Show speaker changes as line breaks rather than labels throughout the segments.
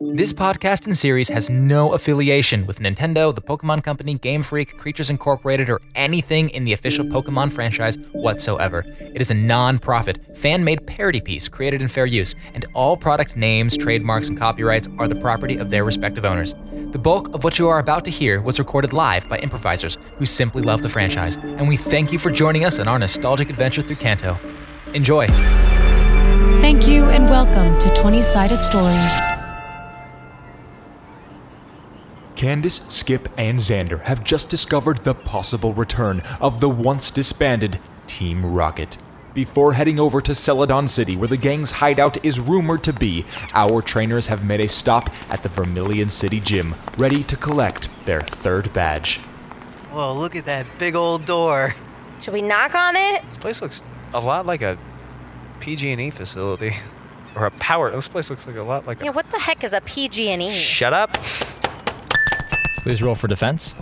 This podcast and series has no affiliation with Nintendo, the Pokemon Company, Game Freak, Creatures Incorporated, or anything in the official Pokemon franchise whatsoever. It is a non profit, fan made parody piece created in fair use, and all product names, trademarks, and copyrights are the property of their respective owners. The bulk of what you are about to hear was recorded live by improvisers who simply love the franchise, and we thank you for joining us on our nostalgic adventure through Kanto. Enjoy!
Thank you and welcome to 20 Sided Stories.
Candace, Skip, and Xander have just discovered the possible return of the once disbanded Team Rocket. Before heading over to Celadon City, where the gang's hideout is rumored to be, our trainers have made a stop at the Vermilion City Gym, ready to collect their third badge.
Whoa, look at that big old door.
Should we knock on it?
This place looks a lot like a
E
PG&E facility or a power. This place looks like a lot like
Yeah, what the heck is a PG&E?
a. Shut up!
Please roll for defense.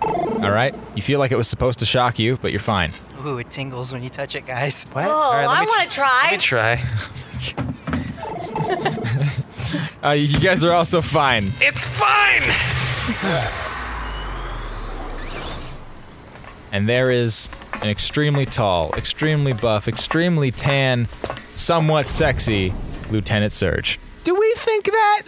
All right. You feel like it was supposed to shock you, but you're fine.
Ooh, it tingles when you touch it, guys.
What?
Oh,
All right, let
I
me
want
tr-
to try.
Let me try.
Uh, you guys are also fine.
It's fine.
And there is an extremely tall, extremely buff, extremely tan, somewhat sexy Lieutenant Surge.
Do we think that?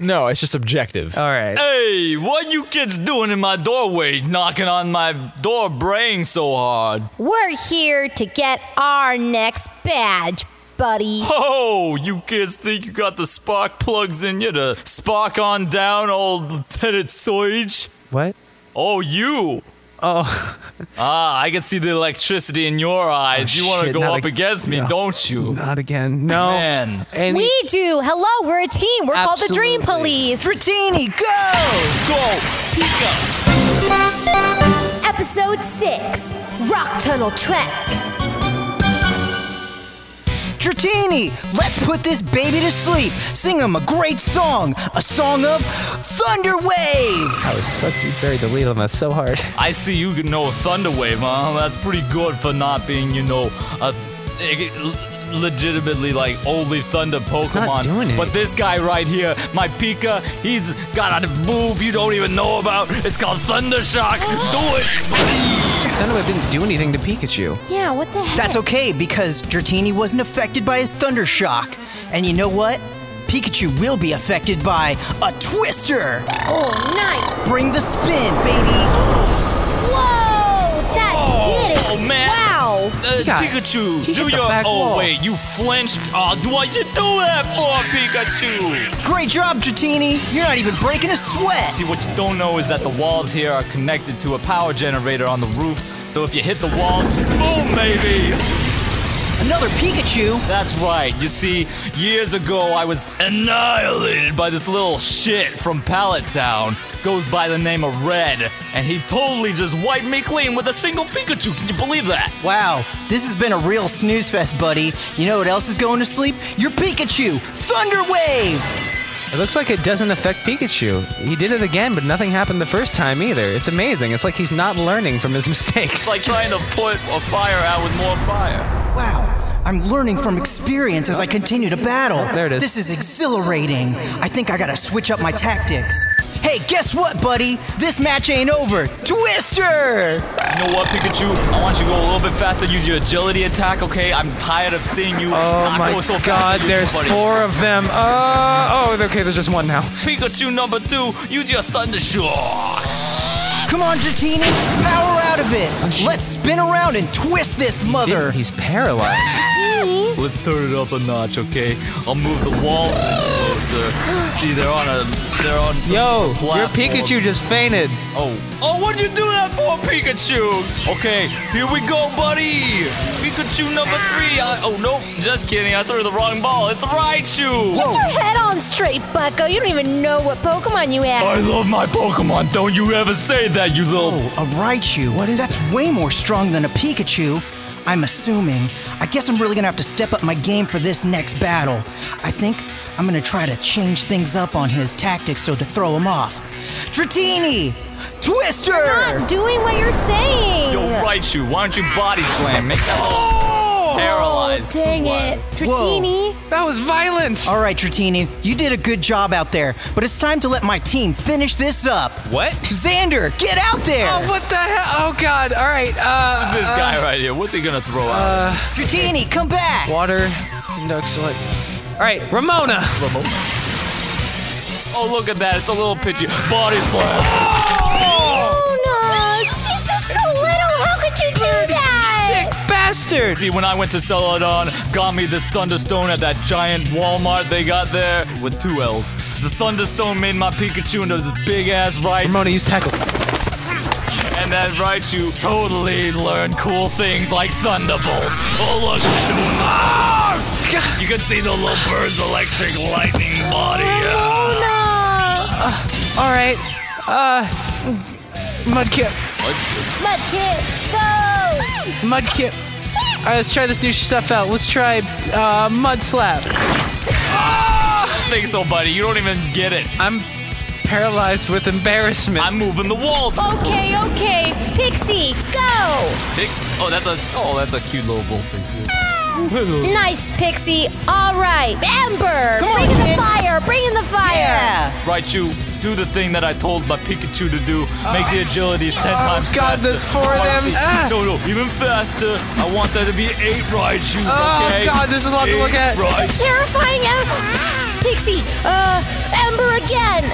No, it's just objective.
All right.
Hey, what you kids doing in my doorway, knocking on my door, braying so hard?
We're here to get our next badge, buddy.
Oh, you kids think you got the spark plugs in you to spark on down, old Lieutenant Soige?
What?
Oh, you!
Oh,
Ah, I can see the electricity in your eyes. you want to
Oh, shit,
go
not
up
ag-
against me,
no.
don't you?
not again. No.
Man.
Any-
we do. Hello, we're a team. We're called the Dream
Absolutely.
Police.
Dratini, go!
Go, Pika!
Episode 6 Rock Tunnel Trek.
Dratini, let's put this baby to sleep. Sing him a great song, a song of Thunderwave.
I was so you buried the lead on that so hard.
I see you can know Thunderwave, huh? That's pretty good for not being, you know, a a- legitimately like only Thunder Pokemon.
not doing
But this guy right here, my Pika, he's got a move you don't even know about. It's called Thunder Shock. Do it.
Thunderwave didn't do anything to Pikachu.
Yeah, what the heck?
That's okay because Dratini wasn't affected by his Thunder Shock. And you know what? Pikachu will be affected by a twister.
Oh, nice.
Bring the spin, baby.
Whoa, that did it.
Oh, man.
Wow.
Uh,
got-
Pikachu,
he
do
hit the
your.
back
oh
wall.
wait, you flinched. Oh, why'd you do that for, Pikachu?
Great job, Dratini. You're not even breaking a sweat.
See, what you don't know is that the walls here are connected to a power generator on the roof. So if you hit the walls, boom, baby.
Another Pikachu.
That's right. You see, years ago I was annihilated by this little shit from Pallet Town. Goes by the name of Red, and he totally just wiped me clean with a single Pikachu. Can you believe that?
Wow, this has been a real snooze fest, buddy. You know what else is going to sleep? Your Pikachu! Thunderwave!
It looks like it doesn't affect Pikachu. He did it again, but nothing happened the first time either. It's amazing. It's like he's not learning from his mistakes.
It's like trying to put a fire out with more fire.
Wow, I'm learning from experience as I continue to battle.
There it is.
This is exhilarating. I think I gotta switch up my tactics. Hey, guess what, buddy? This match ain't over. Twister!
You know what, Pikachu? I want you to go a little bit faster. Use your agility attack, okay? I'm tired of seeing you
oh
not
my
go so fast.
god,
You
there's
buddy.
four of them. Uh, oh, okay, there's just one now.
Pikachu number two. Use your Thunder Shock.
Come on, Jatini, power out of it!
Oh,
Let's spin around and twist this mother!
He's paralyzed.
Let's turn it up a notch, okay? I'll move the walls in closer. See, they're on a they're on. some
Yo, your
platform.
Pikachu just fainted.
Oh, oh, what'd you do that for, Pikachu? Okay, here we go, buddy. Pikachu number three. I, oh no, just kidding. I threw the wrong ball. It's Raichu.
Get your head on straight, bucko. You don't even know what Pokemon you have.
I love my Pokemon. Don't you ever say that, you little.
A Raichu? What is That's way more strong than a Pikachu. I'm assuming. I guess I'm really gonna have to step up my game for this next battle. I think I'm gonna try to change things up on his tactics so to throw him off. Dratini! Twister!
Not doing what you're saying.
Yo, Raichu, why don't you body slam me? Oh! paralyzed.
Dang it. Dratini.
That was violent.
All right, Tratini, you did a good job out there, but it's time to let my team finish this up.
What?
Xander, get out there!
Oh, what the hell? Oh God! All right. Uh,
This guy right here, what's he gonna throw out?
Dratini, come back!
water. No, excellent. All right, Ramona.
Oh, look at that. It's a little pitchy. Body slam.
Oh no. She's just so little. How could you do that?
Sick bastard.
See, when I went to Celadon, got me this Thunderstone at that giant Walmart they got there with two L's. The Thunderstone made my Pikachu into this big ass right,
Ramona, use tackle.
and that Raichu totally learned cool things like Thunderbolt. Oh, look. Ah! You can see the little bird's electric lightning body. Ah!
Uh, All right. Uh, Mudkip.
Mudkip, go.
Mudkip. All right, let's try this new stuff out. Let's try uh, Mud Slap.
Thanks, old buddy. You don't even get it.
I'm paralyzed with embarrassment.
I'm moving the walls.
Okay, okay. Pixie, go.
Pix- Oh, that's a oh, that's a cute little bull pixie.
Nice, Pixie. All right. Amber,
Come on,
bring in
kid.
the fire. Bring in the fire.
Yeah!
Raichu, do the thing that I told my Pikachu to do. Make the agilities ten times
Oh, God,
faster.
there's four of them.
Honestly,
Ah.
No, no, even faster. I want there to be eight Raichus,
Oh,
okay?
God, this is a lot to look at.
Eight Raichu.
Terrifying Amber. Pixie, uh, Amber again.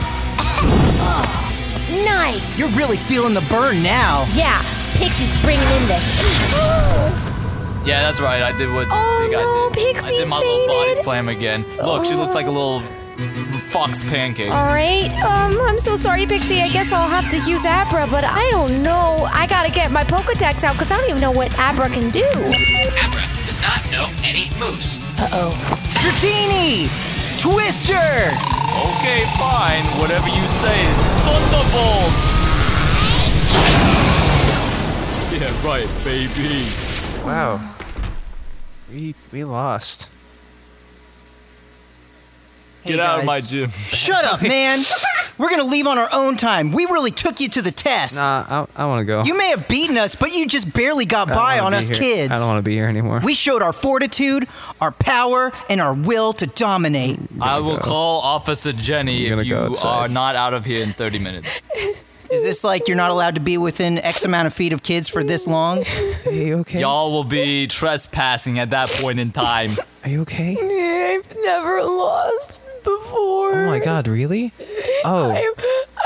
nice.
You're really feeling the burn now.
Yeah, Pixie's bringing in the heat.
Yeah, that's right. I did what
Oh,
I think
no,
I did. I
Pixie
did my little body
fainted.
slam again. Look, she looks like a little fox pancake.
All right. Um, I'm so sorry, Pixie. I guess I'll have to use Abra, but I don't know. I gotta get my Pokedex out because I don't even know what Abra can do.
does not know any moves.
Dratini! Twister!
Okay, fine. Whatever you say. Thunderbolt. Yeah, right, baby.
wow. We we lost.
Hey,
Get out of
guys.
my gym.
Shut up, man! We're gonna leave on our own time. We really took you to the test.
Nah, I, I want to go.
You may have beaten us, but you just barely got
I don't
by
wanna
on
be
us
here.
kids.
I don't want to be here anymore.
We showed our fortitude, our power, and our will to dominate.
I will call Officer Jenny
gonna
if
go
you
outside.
are not out of here in 30 minutes.
Is this like you're not allowed to be within X amount of feet of kids for this long?
Are you okay?
Y'all will be trespassing at that point in time.
Are you okay?
I've never lost before.
Oh my God, really? Oh,
I'm,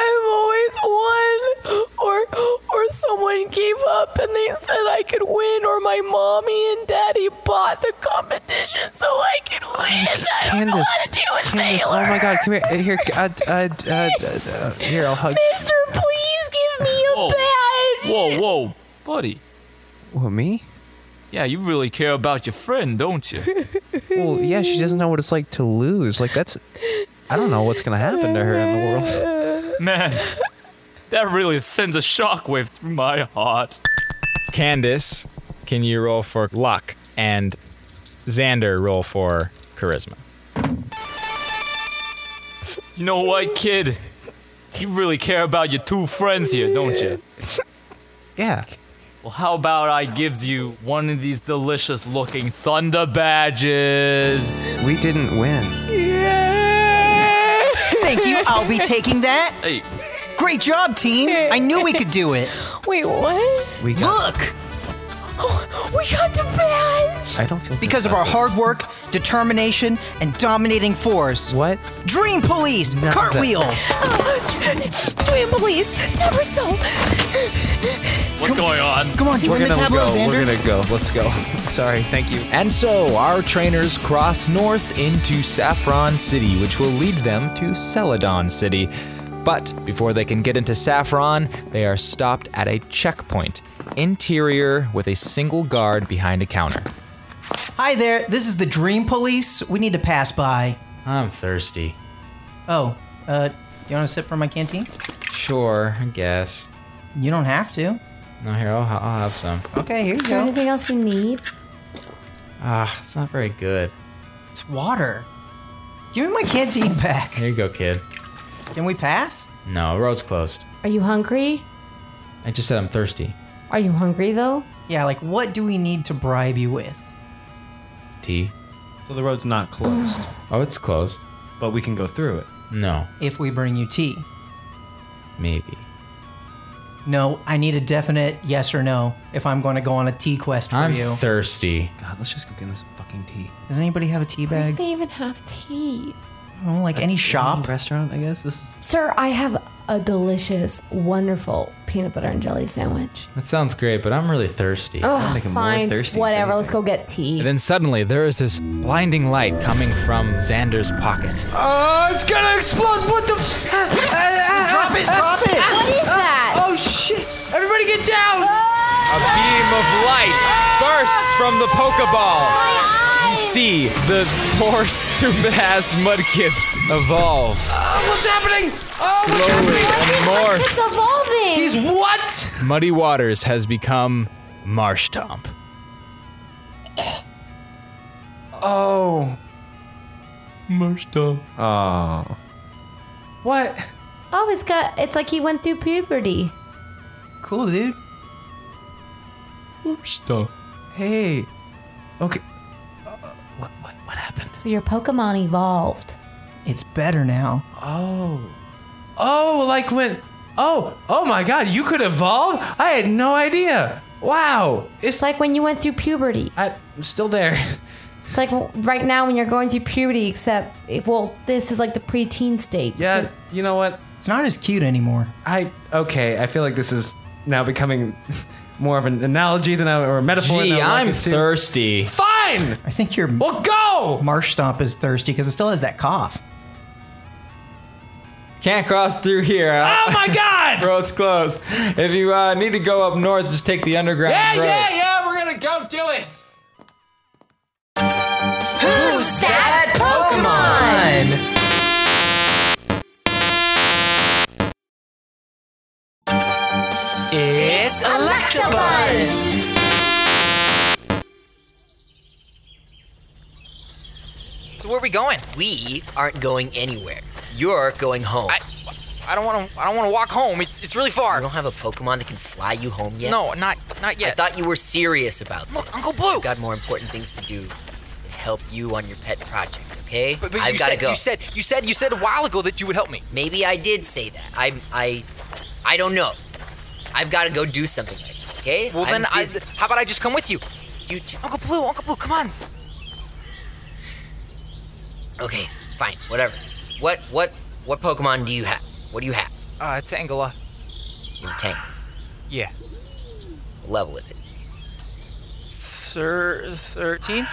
I've always won, or or someone gave up and they said I could win, or my mommy and daddy bought the competition so I could win. I don't know
Oh Candace,
how to deal with
Candace. Oh
failure.
my God, come here. Uh, Here, uh, uh, uh, uh, uh, here. I'll hug.
Mister, please give me a
Whoa.
badge.
Whoa, whoa, buddy.
What me?
Yeah, you really care about your friend, don't you?
Well, yeah, she doesn't know what it's like to lose. Like that's, I don't know what's gonna happen to her in the world.
Man, that really sends a shockwave through my heart.
Candace, can you roll for luck? And Xander, roll for charisma.
You know what, kid? You really care about your two friends here, don't you?
Yeah.
Well, how about I gives you one of these delicious looking thunder badges?
We didn't win.
Thank you. I'll be taking that.
Hey,
Great job, team. I knew we could do it.
Wait, what?
We got.
Look,
Oh, we got the badge.
I don't feel good
because of our
about
hard work, determination, and dominating force.
it. What?
Dream Police,
None of that.
Cartwheel.
Dream police, somersault.
what's going on?
Come on, join
We're
the
gonna
tableau,
go. We're
Xander.
gonna go. Let's go. Sorry. Thank you.
And so our trainers cross north into Saffron City, which will lead them to Celadon City. But before they can get into Saffron, they are stopped at a checkpoint, interior with a single guard behind a counter.
Hi there. This is the Dream Police. We need to pass by.
I'm thirsty.
Oh, uh, you want to sip from my canteen?
Sure, I guess.
You don't have to.
No, here, I'll, I'll have some.
Okay, here you
Is there
go.
anything else you need?
Ah, it's not very good.
It's water. Give me my canteen back.
Here you go, kid.
Can we pass?
No, road's closed.
Are you hungry?
I just said I'm thirsty.
Are you hungry though?
Yeah, like what do we need to bribe you with?
T.
So the road's not closed.
Oh, it's closed.
But we can go through it.
No,
If we bring you tea.
maybe.
No, I need a definite yes or no if I'm going to go on a tea quest for
I'm
you.
thirsty.
God, let's just go get him some fucking tea.
Does anybody have a tea
Why do
bag?
they even have tea?
Oh, like any shop?
Restaurant, I guess. This is
Sir, I have a delicious, wonderful peanut butter and jelly sandwich.
That sounds great, but I'm really thirsty.
Ugh,
making more
fine,
thirsty if
whatever. Let's go get tea.
And then suddenly there is this blinding light coming from Xander's pocket.
Oh, it's gonna explode! What the? F- drop it! Drop it! What is that? Oh shit! Everybody get down!
A beam of light bursts from the Pokeball. You see the poor stupid ass mudkips evolve.
what's happening? Oh,
Slowly and morph.
evolving.
He's what?
Muddy Waters has become Marsh Tomp.
Oh.
Marsh Tomp.
Oh. What?
Oh, it's got. It's like he went through puberty.
Cool, dude.
Hey. Okay.
So your Pokemon evolved.
It's better now.
Oh. Oh, like when. Oh, oh my god, you could evolve? I had no idea. Wow.
It's like when you went through puberty.
I, I'm still there.
It's like right now when you're going through puberty, except well, this is like the preteen state.
Yeah, you know what?
It's not as cute anymore.
I. Okay, I feel like this is now becoming more of an analogy than I, or a metaphor.
Gee,
than I
I'm
like it to-
thirsty.
Fine!
I think your
Well, go!
marsh stomp is thirsty because it still has that cough.
Can't cross through here. huh?
Oh my god!
Road's closed. If you uh, need to go up north, just take the underground
Yeah,
road.
yeah, yeah, we're gonna go do it!
Who's that Pokemon? It's Electabuzz.
So where are we going? We aren't going anywhere. You're going home. I,
I don't want to. I don't want to walk home. It's it's really far.
you don't have a Pokemon that can fly you home yet.
No, not not
I
yet.
thought you were serious about this.
Look, Uncle Blue.
I've got more important things to do than help you on your pet project. Okay?
But, but
I've
you
gotta
said,
go.
You said you said you said a while ago that you would help me.
Maybe I did say that. I I I don't know. I've got to go do something. Right now, okay?
Well, then
I'm
I,
busy.
how about I just come with you?
You- you-
Uncle Blue, Uncle Blue, come on.
okay, fine, whatever. What what what Pokemon do you have? What do you have?
Uh, it's Angela.
You tank.
Yeah.
What level is it?
Sir, 13?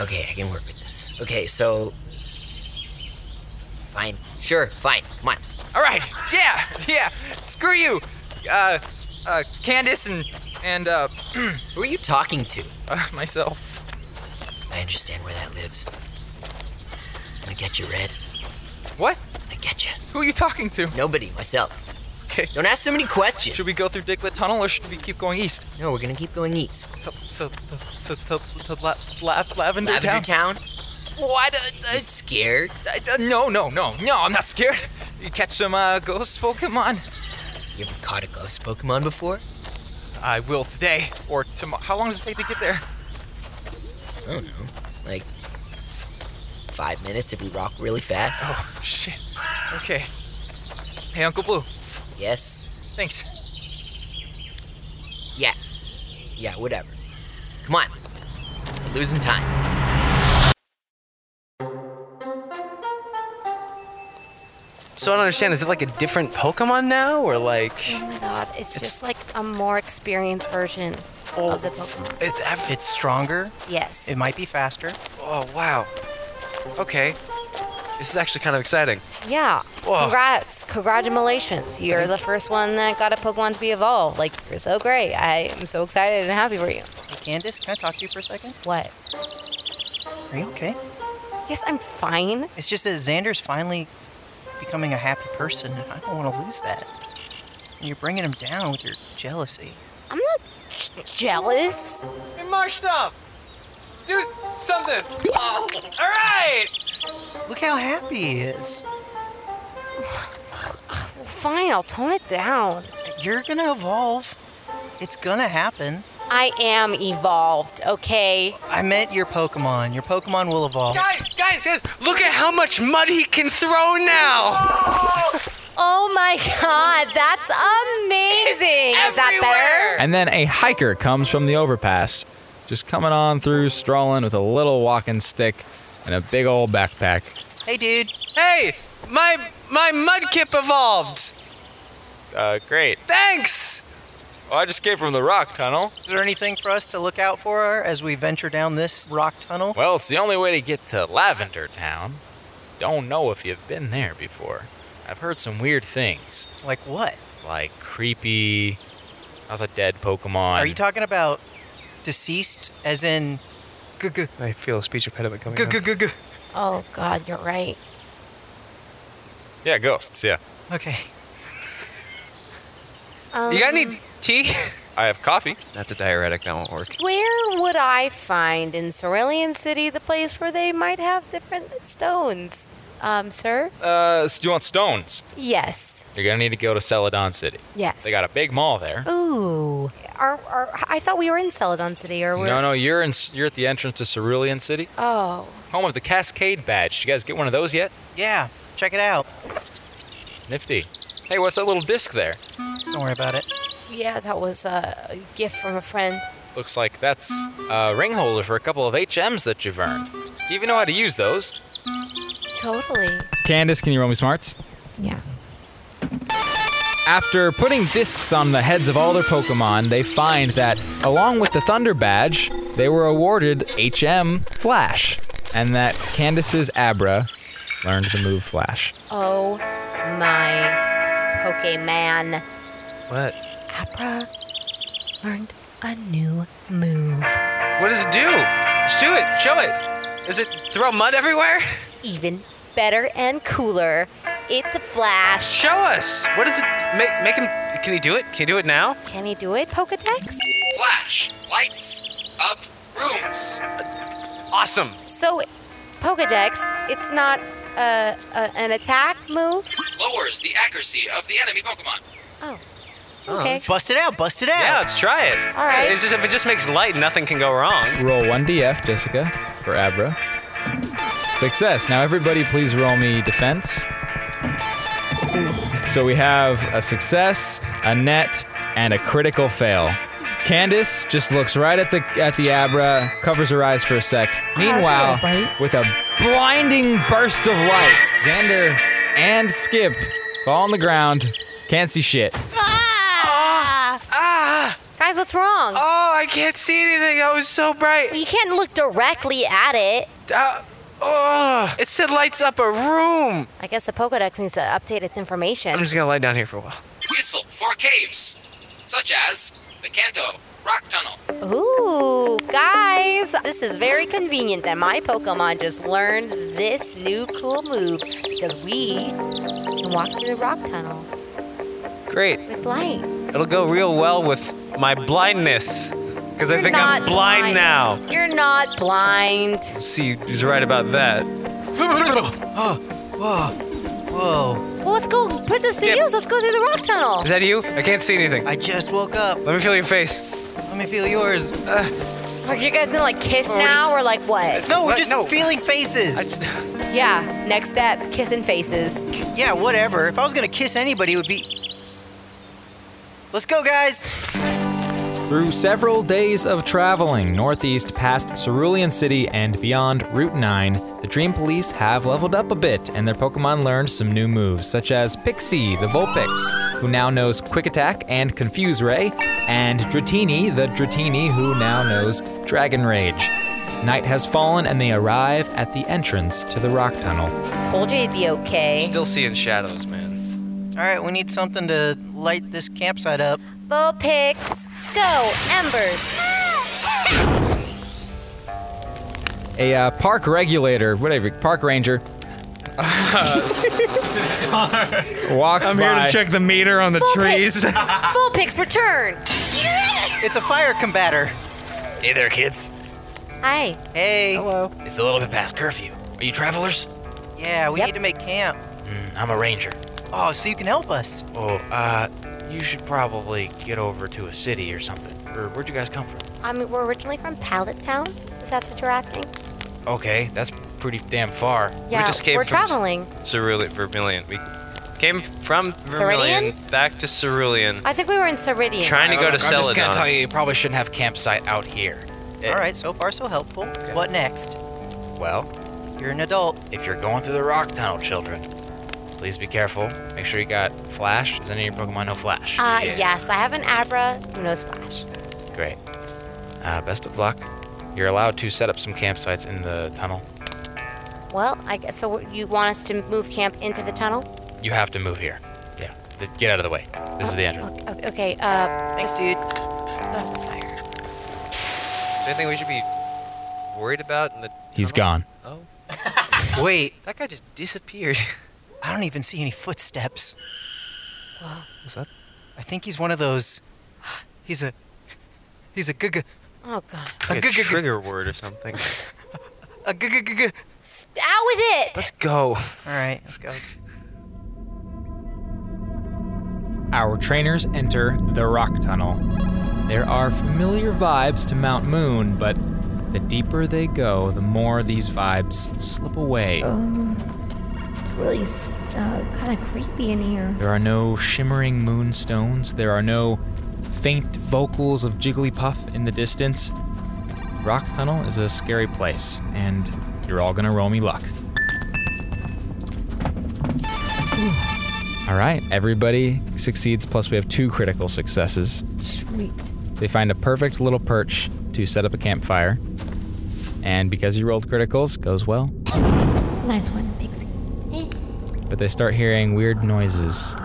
Okay, I can work with this. Okay, so fine, sure, fine. Come on.
All right. Yeah, yeah. Screw you. Uh, uh, Candace and, and, uh,
Who are you talking to?
uh, myself.
I understand where that lives. I'm gonna get you, Red.
What?
I'm gonna get you.
Who are you talking to?
Nobody, myself.
Okay.
Don't ask so many questions.
Should we go through Diglett Tunnel or should we keep going east?
No, we're gonna keep going east.
To, to, to, to, to, to la, la, Lavender,
Lavender
Town?
Town.
Why do,
You scared?
I, I, no, no, no, no, I'm not scared. You catch some, uh, ghost Pokemon?
You ever caught a ghost Pokemon before?
I will today or tomorrow. How long does it take to get there?
I don't know. Like five minutes if we rock really fast.
Oh, shit. Okay. Hey, Uncle Blue.
Yes.
Thanks.
Yeah. Yeah, whatever. Come on. We're losing time.
So I don't understand. Is it like a different Pokemon now, or like
Oh my god, it's, just like a more experienced version of the Pokemon.
It's, it's stronger.
Yes.
It might be faster.
Oh wow. Okay. This is actually kind of exciting.
yeah.
Whoa.
Congrats. Congratulations. You're the first one that got a Pokemon to be evolved. Like, you're so great. I am so excited and happy for you.
Hey, Candace, can I talk to you for a second?
What?
Are you okay?
Yes, I'm fine.
It's just that Xander's finally becoming a happy person, and I don't want to lose that. And you're bringing him down with your jealousy.
I'm not j- jealous.
Hey, Marsh Stomp! Do something! Alright!
Look how happy he is.
Fine, I'll tone it down.
You're gonna evolve. It's gonna happen.
I am evolved, okay?
I meant your Pokemon. Your Pokemon will evolve.
Guys, guys, guys, look at how much mud he can throw now.
Oh my god, that's amazing! Is that better?
And then a hiker comes from the overpass, just coming on through, strolling with a little walking stick and a big old backpack.
Hey, dude.
Hey, my my mudkip evolved.
Uh, great.
Thanks.
Well, I just came from the rock tunnel.
Is there anything for us to look out for as we venture down this rock tunnel?
Well, it's the only way to get to Lavender Town. Don't know if you've been there before. I've heard some weird things.
Like what?
Like creepy. How's a dead Pokemon?
Are you talking about deceased, as in? G-g-
I feel a speech impediment coming on.
G-g-g-g.
Oh god, you're right.
yeah, ghosts. Yeah.
Okay.
Um,
You got any tea?
I have coffee.
That's a diuretic. That won't work.
Where would I find in Cerulean City the place where they might have different stones? Um, sir?
Uh, so you want stones?
Yes.
You're gonna need to go to Celadon City.
Yes.
They got a big mall there.
Oh,
Ooh. Are, are, I thought we were in Celadon City or we're.
No, no, you're in. You're at the entrance to Cerulean City,
Oh.
home of the Cascade Badge. Did you guys get one of those yet?
Yeah. Check it out.
Nifty. Hey, what's that little disc there?
Don't worry about it.
Yeah, that was uh, a gift from a friend.
Looks like that's a ring holder for a couple of HMs that you've earned. Do you even know how to use those?
Totally.
Candace, can you roll me smarts?
Yeah.
After putting discs on the heads of all their Pokemon, they find that, along with the Thunder Badge, they were awarded HM Flash, and that Candace's Abra learned the move Flash.
Oh my Pokemon.
What?
Abra learned a new move.
What does it do? Just do it. Show it. Does it throw mud everywhere?
Even better and cooler. It's a flash.
Show us. What does it make? Make him. Can he do it? Can he do it now?
Can he do it, Pokedex?
Flash, lights, up, rooms.
Awesome.
So, Pokedex, it's not uh, a, an attack move?
Lowers the accuracy of the enemy Pokemon.
Oh. Okay.
Bust it out. Bust it out.
Yeah, let's try it.
All right.
It's just if it just makes light, nothing can go wrong.
Roll 1DF, Jessica, for Abra. Success. Now, everybody, please roll me defense. So we have a success, a net, and a critical fail. Candace just looks right at the at the Abra, covers her eyes for a sec. Meanwhile, with a blinding burst of light, Xander and Skip fall on the ground, can't see shit.
Ah! Guys, what's wrong?
Oh, I can't see anything. That was so bright.
You can't look directly at it.
Uh, oh, it said lights up a room.
I guess the Pokedex needs to update its information.
I'm just gonna lie down here for a while.
Useful for caves, such as the Kanto Rock Tunnel.
Ooh, guys, this is very convenient that my Pokemon just learned this new cool move because we can walk through the rock tunnel
Great.
with light.
It'll go real well with my blindness, because I
You're
think I'm
not
blind, now.
You're not blind.
See, he's right about that.
Oh, whoa, whoa.
Well, let's go put this to use. Let's go through the rock tunnel.
Is that you? I can't see anything.
I just woke up.
Let me feel your face.
Let me feel yours.
Are you guys gonna like kiss now or like what?
no, we're
What?
just feeling faces.
Yeah, next step, kissing faces.
yeah, whatever. If I was gonna kiss anybody, it would be. Let's go, guys.
Through several days of traveling northeast past Cerulean City and beyond Route 9, the Dream Police have leveled up a bit and their Pokemon learned some new moves, such as Pixie, the Vulpix, who now knows Quick Attack and Confuse Ray, and Dratini, the Dratini, who now knows Dragon Rage. Night has fallen and they arrive at the entrance to the rock tunnel.
Told you it'd be okay.
Still seeing shadows, man.
All right, we need something to light this campsite up.
Bull picks. Go, embers.
A uh, park regulator, whatever, park ranger, walks
I'm
by.
here to check the meter on the trees.
Bull picks return.
It's a fire combatter.
Hey there, kids.
Hi.
Hey. Hello.
It's a little bit past curfew. Are you travelers?
Yeah, we need to make camp.
Mm, I'm a ranger.
Oh, so you can help us.
Oh, uh, you should probably get over to a city or something.
Or where'd you guys come from?
I mean, we're originally from Pallet Town, if that's what you're asking.
Okay, that's pretty damn far.
Yeah, are traveling.
Cerulean, Vermilion. We came from Vermilion back to Cerulean.
I think we were in Ceridian.
Trying to go to
I'm just gonna
Celadon.
tell you, you probably shouldn't have campsite out here.
All right, so far so helpful. What next?
Well,
you're an adult.
If you're going through the rock tunnel, children, please be careful. Make sure you got Flash. Does any of your Pokemon know Flash?
Uh, yes, I have an Abra who knows Flash.
Great. Uh, best of luck. You're allowed to set up some campsites in the tunnel.
Well, I guess, so you want us to move camp into the tunnel?
You have to move here. Yeah. Th- Get out of the way. This is the entrance.
O- Okay, uh.
Thanks, dude.
Is there anything we should be worried about in the?
He's gone.
Oh,
Wait.
that guy just disappeared.
I don't even see any footsteps.
What's that?
I think he's one of those. He's a. He's a gug.
Oh, God.
Like a
g- g- g-
trigger word or something.
A gug. gug- gug.
Out with it!
Let's go.
All right, let's go.
Our trainers enter the rock tunnel. There are familiar vibes to Mount Moon, but the deeper they go, the more these vibes slip away.
It's really uh, kind of creepy in here.
There are no shimmering moonstones. There are no faint vocals of Jigglypuff in the distance. Rock Tunnel is a scary place, and you're all gonna roll me luck. All right, everybody succeeds, plus we have two critical successes.
Sweet.
They find a perfect little perch to set up a campfire. And because you rolled criticals, goes well.
Nice one, Pixie.
But they start hearing weird noises.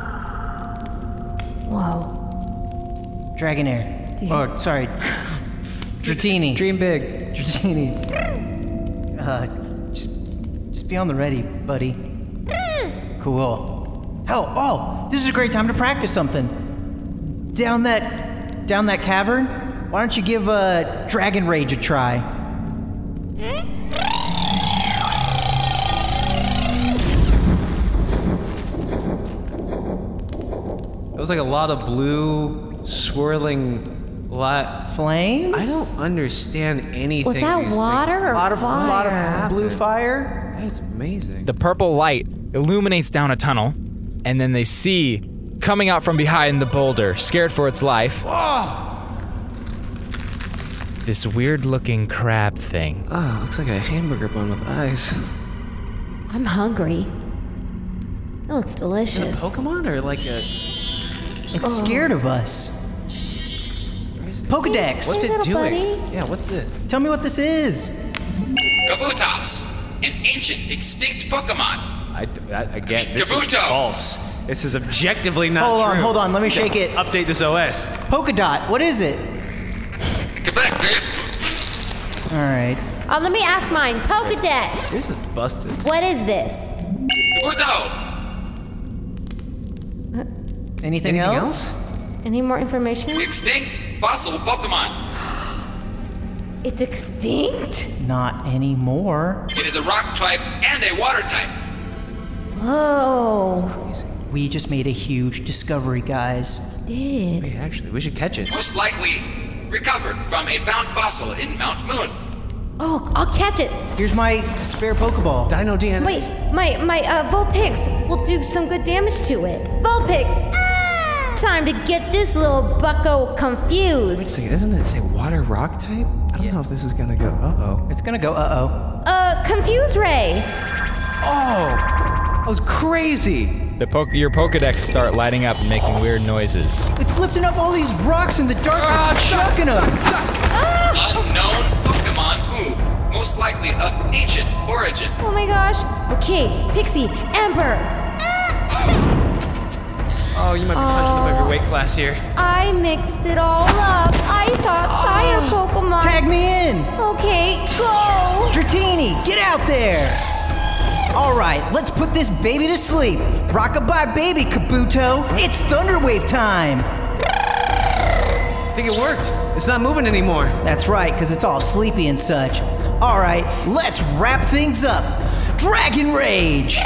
Whoa.
Dragonair.
Dude.
Oh, sorry. Dratini. Dream big. Dratini. Uh, just, just be on the ready, buddy. Cool. Hell, oh, this is a great time to practice something. Down that, down that cavern. Why don't you give uh, Dragon Rage a try?
It was like a lot of blue swirling light.
Flames?
I don't understand anything.
Was that
these
water
things.
or Lot of- lot of fire? blue
fire. That's amazing.
The purple light illuminates down a tunnel, and then they see coming out from behind the boulder, scared for its life, this weird looking crab thing.
Oh, looks like a hamburger bun with eyes.
I'm hungry. It looks delicious.
Pokemon or like a.
It's scared of us. Pokedex.
What's
Hey,
Oh. it
little
doing?
buddy.
Yeah, what's this?
Tell me what this is.
Kabutops, an ancient extinct Pokemon.
I, I again,
this is Kabuto!
false. This is objectively not
Hold on, true. hold on, let me shake it.
Update this OS.
Polkadot. What is it? All right.
Oh, let me ask mine. Pokedex!
This is busted.
What is this?
Anything, else?
Any more information?
Extinct fossil Pokemon.
It's extinct?
Not anymore.
It is a rock type and a water type.
Whoa.
We just made a huge discovery, guys.
Did.
Wait, actually, we should catch it.
Most likely recovered from a found fossil in Mount Moon.
Oh, I'll catch it.
Here's my spare Pokeball.
Dino DNA.
Wait, my my uh, Vulpix will do some good damage to it. Vulpix! Ah! Time to get this little bucko confused.
Wait a second, doesn't it say water rock type? I don't know if this is gonna go. Uh oh.
It's gonna go uh
Uh, confuse ray.
Oh, that was crazy.
The poke your Pokedex start lighting up and making weird noises.
It's lifting up all these rocks in the darkness and chucking them.
Unknown Pokemon move. Most likely of ancient origin.
Oh my gosh. Okay, Pixie, Ember.
Oh, you might be punching above your weight class here.
I mixed it all up. I thought fire Pokemon.
Tag me in.
Okay,
Oh.
go.
Dratini, get out there. All right, let's put this baby to sleep. Rockabye baby, Kabuto. It's Thunderwave time.
I think it worked. It's not moving anymore.
That's right, because it's all sleepy and such. All right, let's wrap things up. Dragon Rage.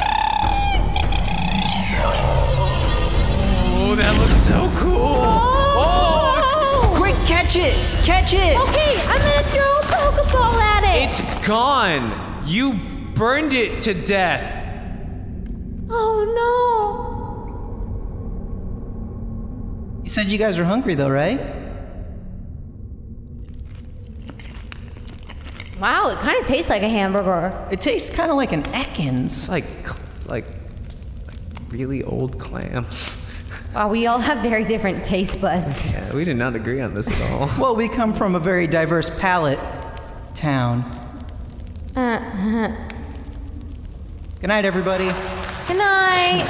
Oh, that looks so cool. Oh,
Quick, catch it.
gone. You burned it to death.
Oh
You said you guys were hungry though, right?
Wow, it kind of tastes like a hamburger.
It tastes kind of like an Atkins.
Like, like, like really old clams.
Wow, we all have very different taste buds.
Yeah, we did not agree on this at all.
Well, we come from a very diverse palate town.
Uh,
Good night, everybody.
good night.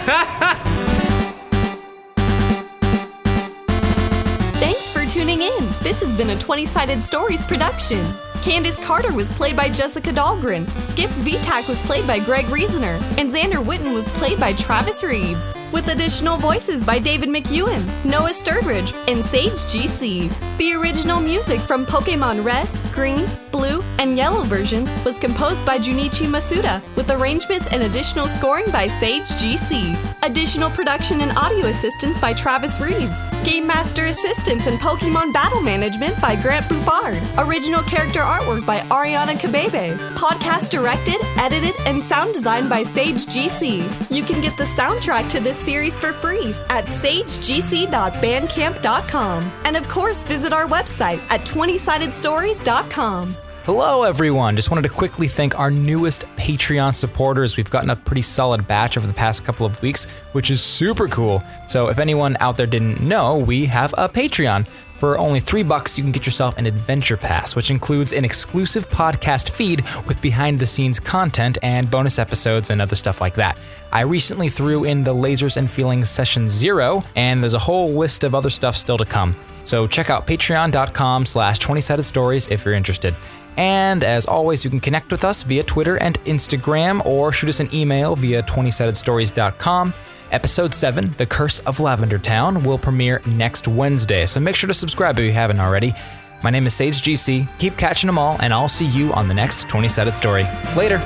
Thanks for tuning in. This has been a 20 Sided Stories production. Candace Carter was played by Jessica Dahlgren. Skips VTAC was played by Greg Reasoner. And Xander Witten was played by Travis Reeves. With additional voices by David McEwen, Noah Sturbridge, and Sage GC. The original music from Pokemon Red, Green, Blue, and Yellow versions was composed by Junichi Masuda, with arrangements and additional scoring by Sage GC. Additional production and audio assistance by Travis Reeves. Game Master assistance and Pokemon battle management by Grant Boupard. Original character artwork by Ariana Kabebe. Podcast directed, edited, and sound designed by Sage GC. You can get the soundtrack to this series for free at sagegc.bandcamp.com. And of course, visit our website at 20sidedstories.com.
Hello, everyone. Just wanted to quickly thank our newest Patreon supporters. We've gotten a pretty solid batch over the past couple of weeks, which is super cool. So, if anyone out there didn't know, we have a Patreon. For only three bucks, you can get yourself an adventure pass, which includes an exclusive podcast feed with behind the scenes content and bonus episodes and other stuff like that. I recently threw in the Lasers and Feelings Session Zero, and there's a whole list of other stuff still to come. So check out patreon.com slash 20sided stories if you're interested. And as always, you can connect with us via Twitter and Instagram or shoot us an email via 20sidedstories.com. Episode 7, The Curse of Lavender Town, will premiere next Wednesday, so make sure to subscribe if you haven't already. My name is Sage GC. Keep catching them all, and I'll see you on the next 20 Sided Story. Later!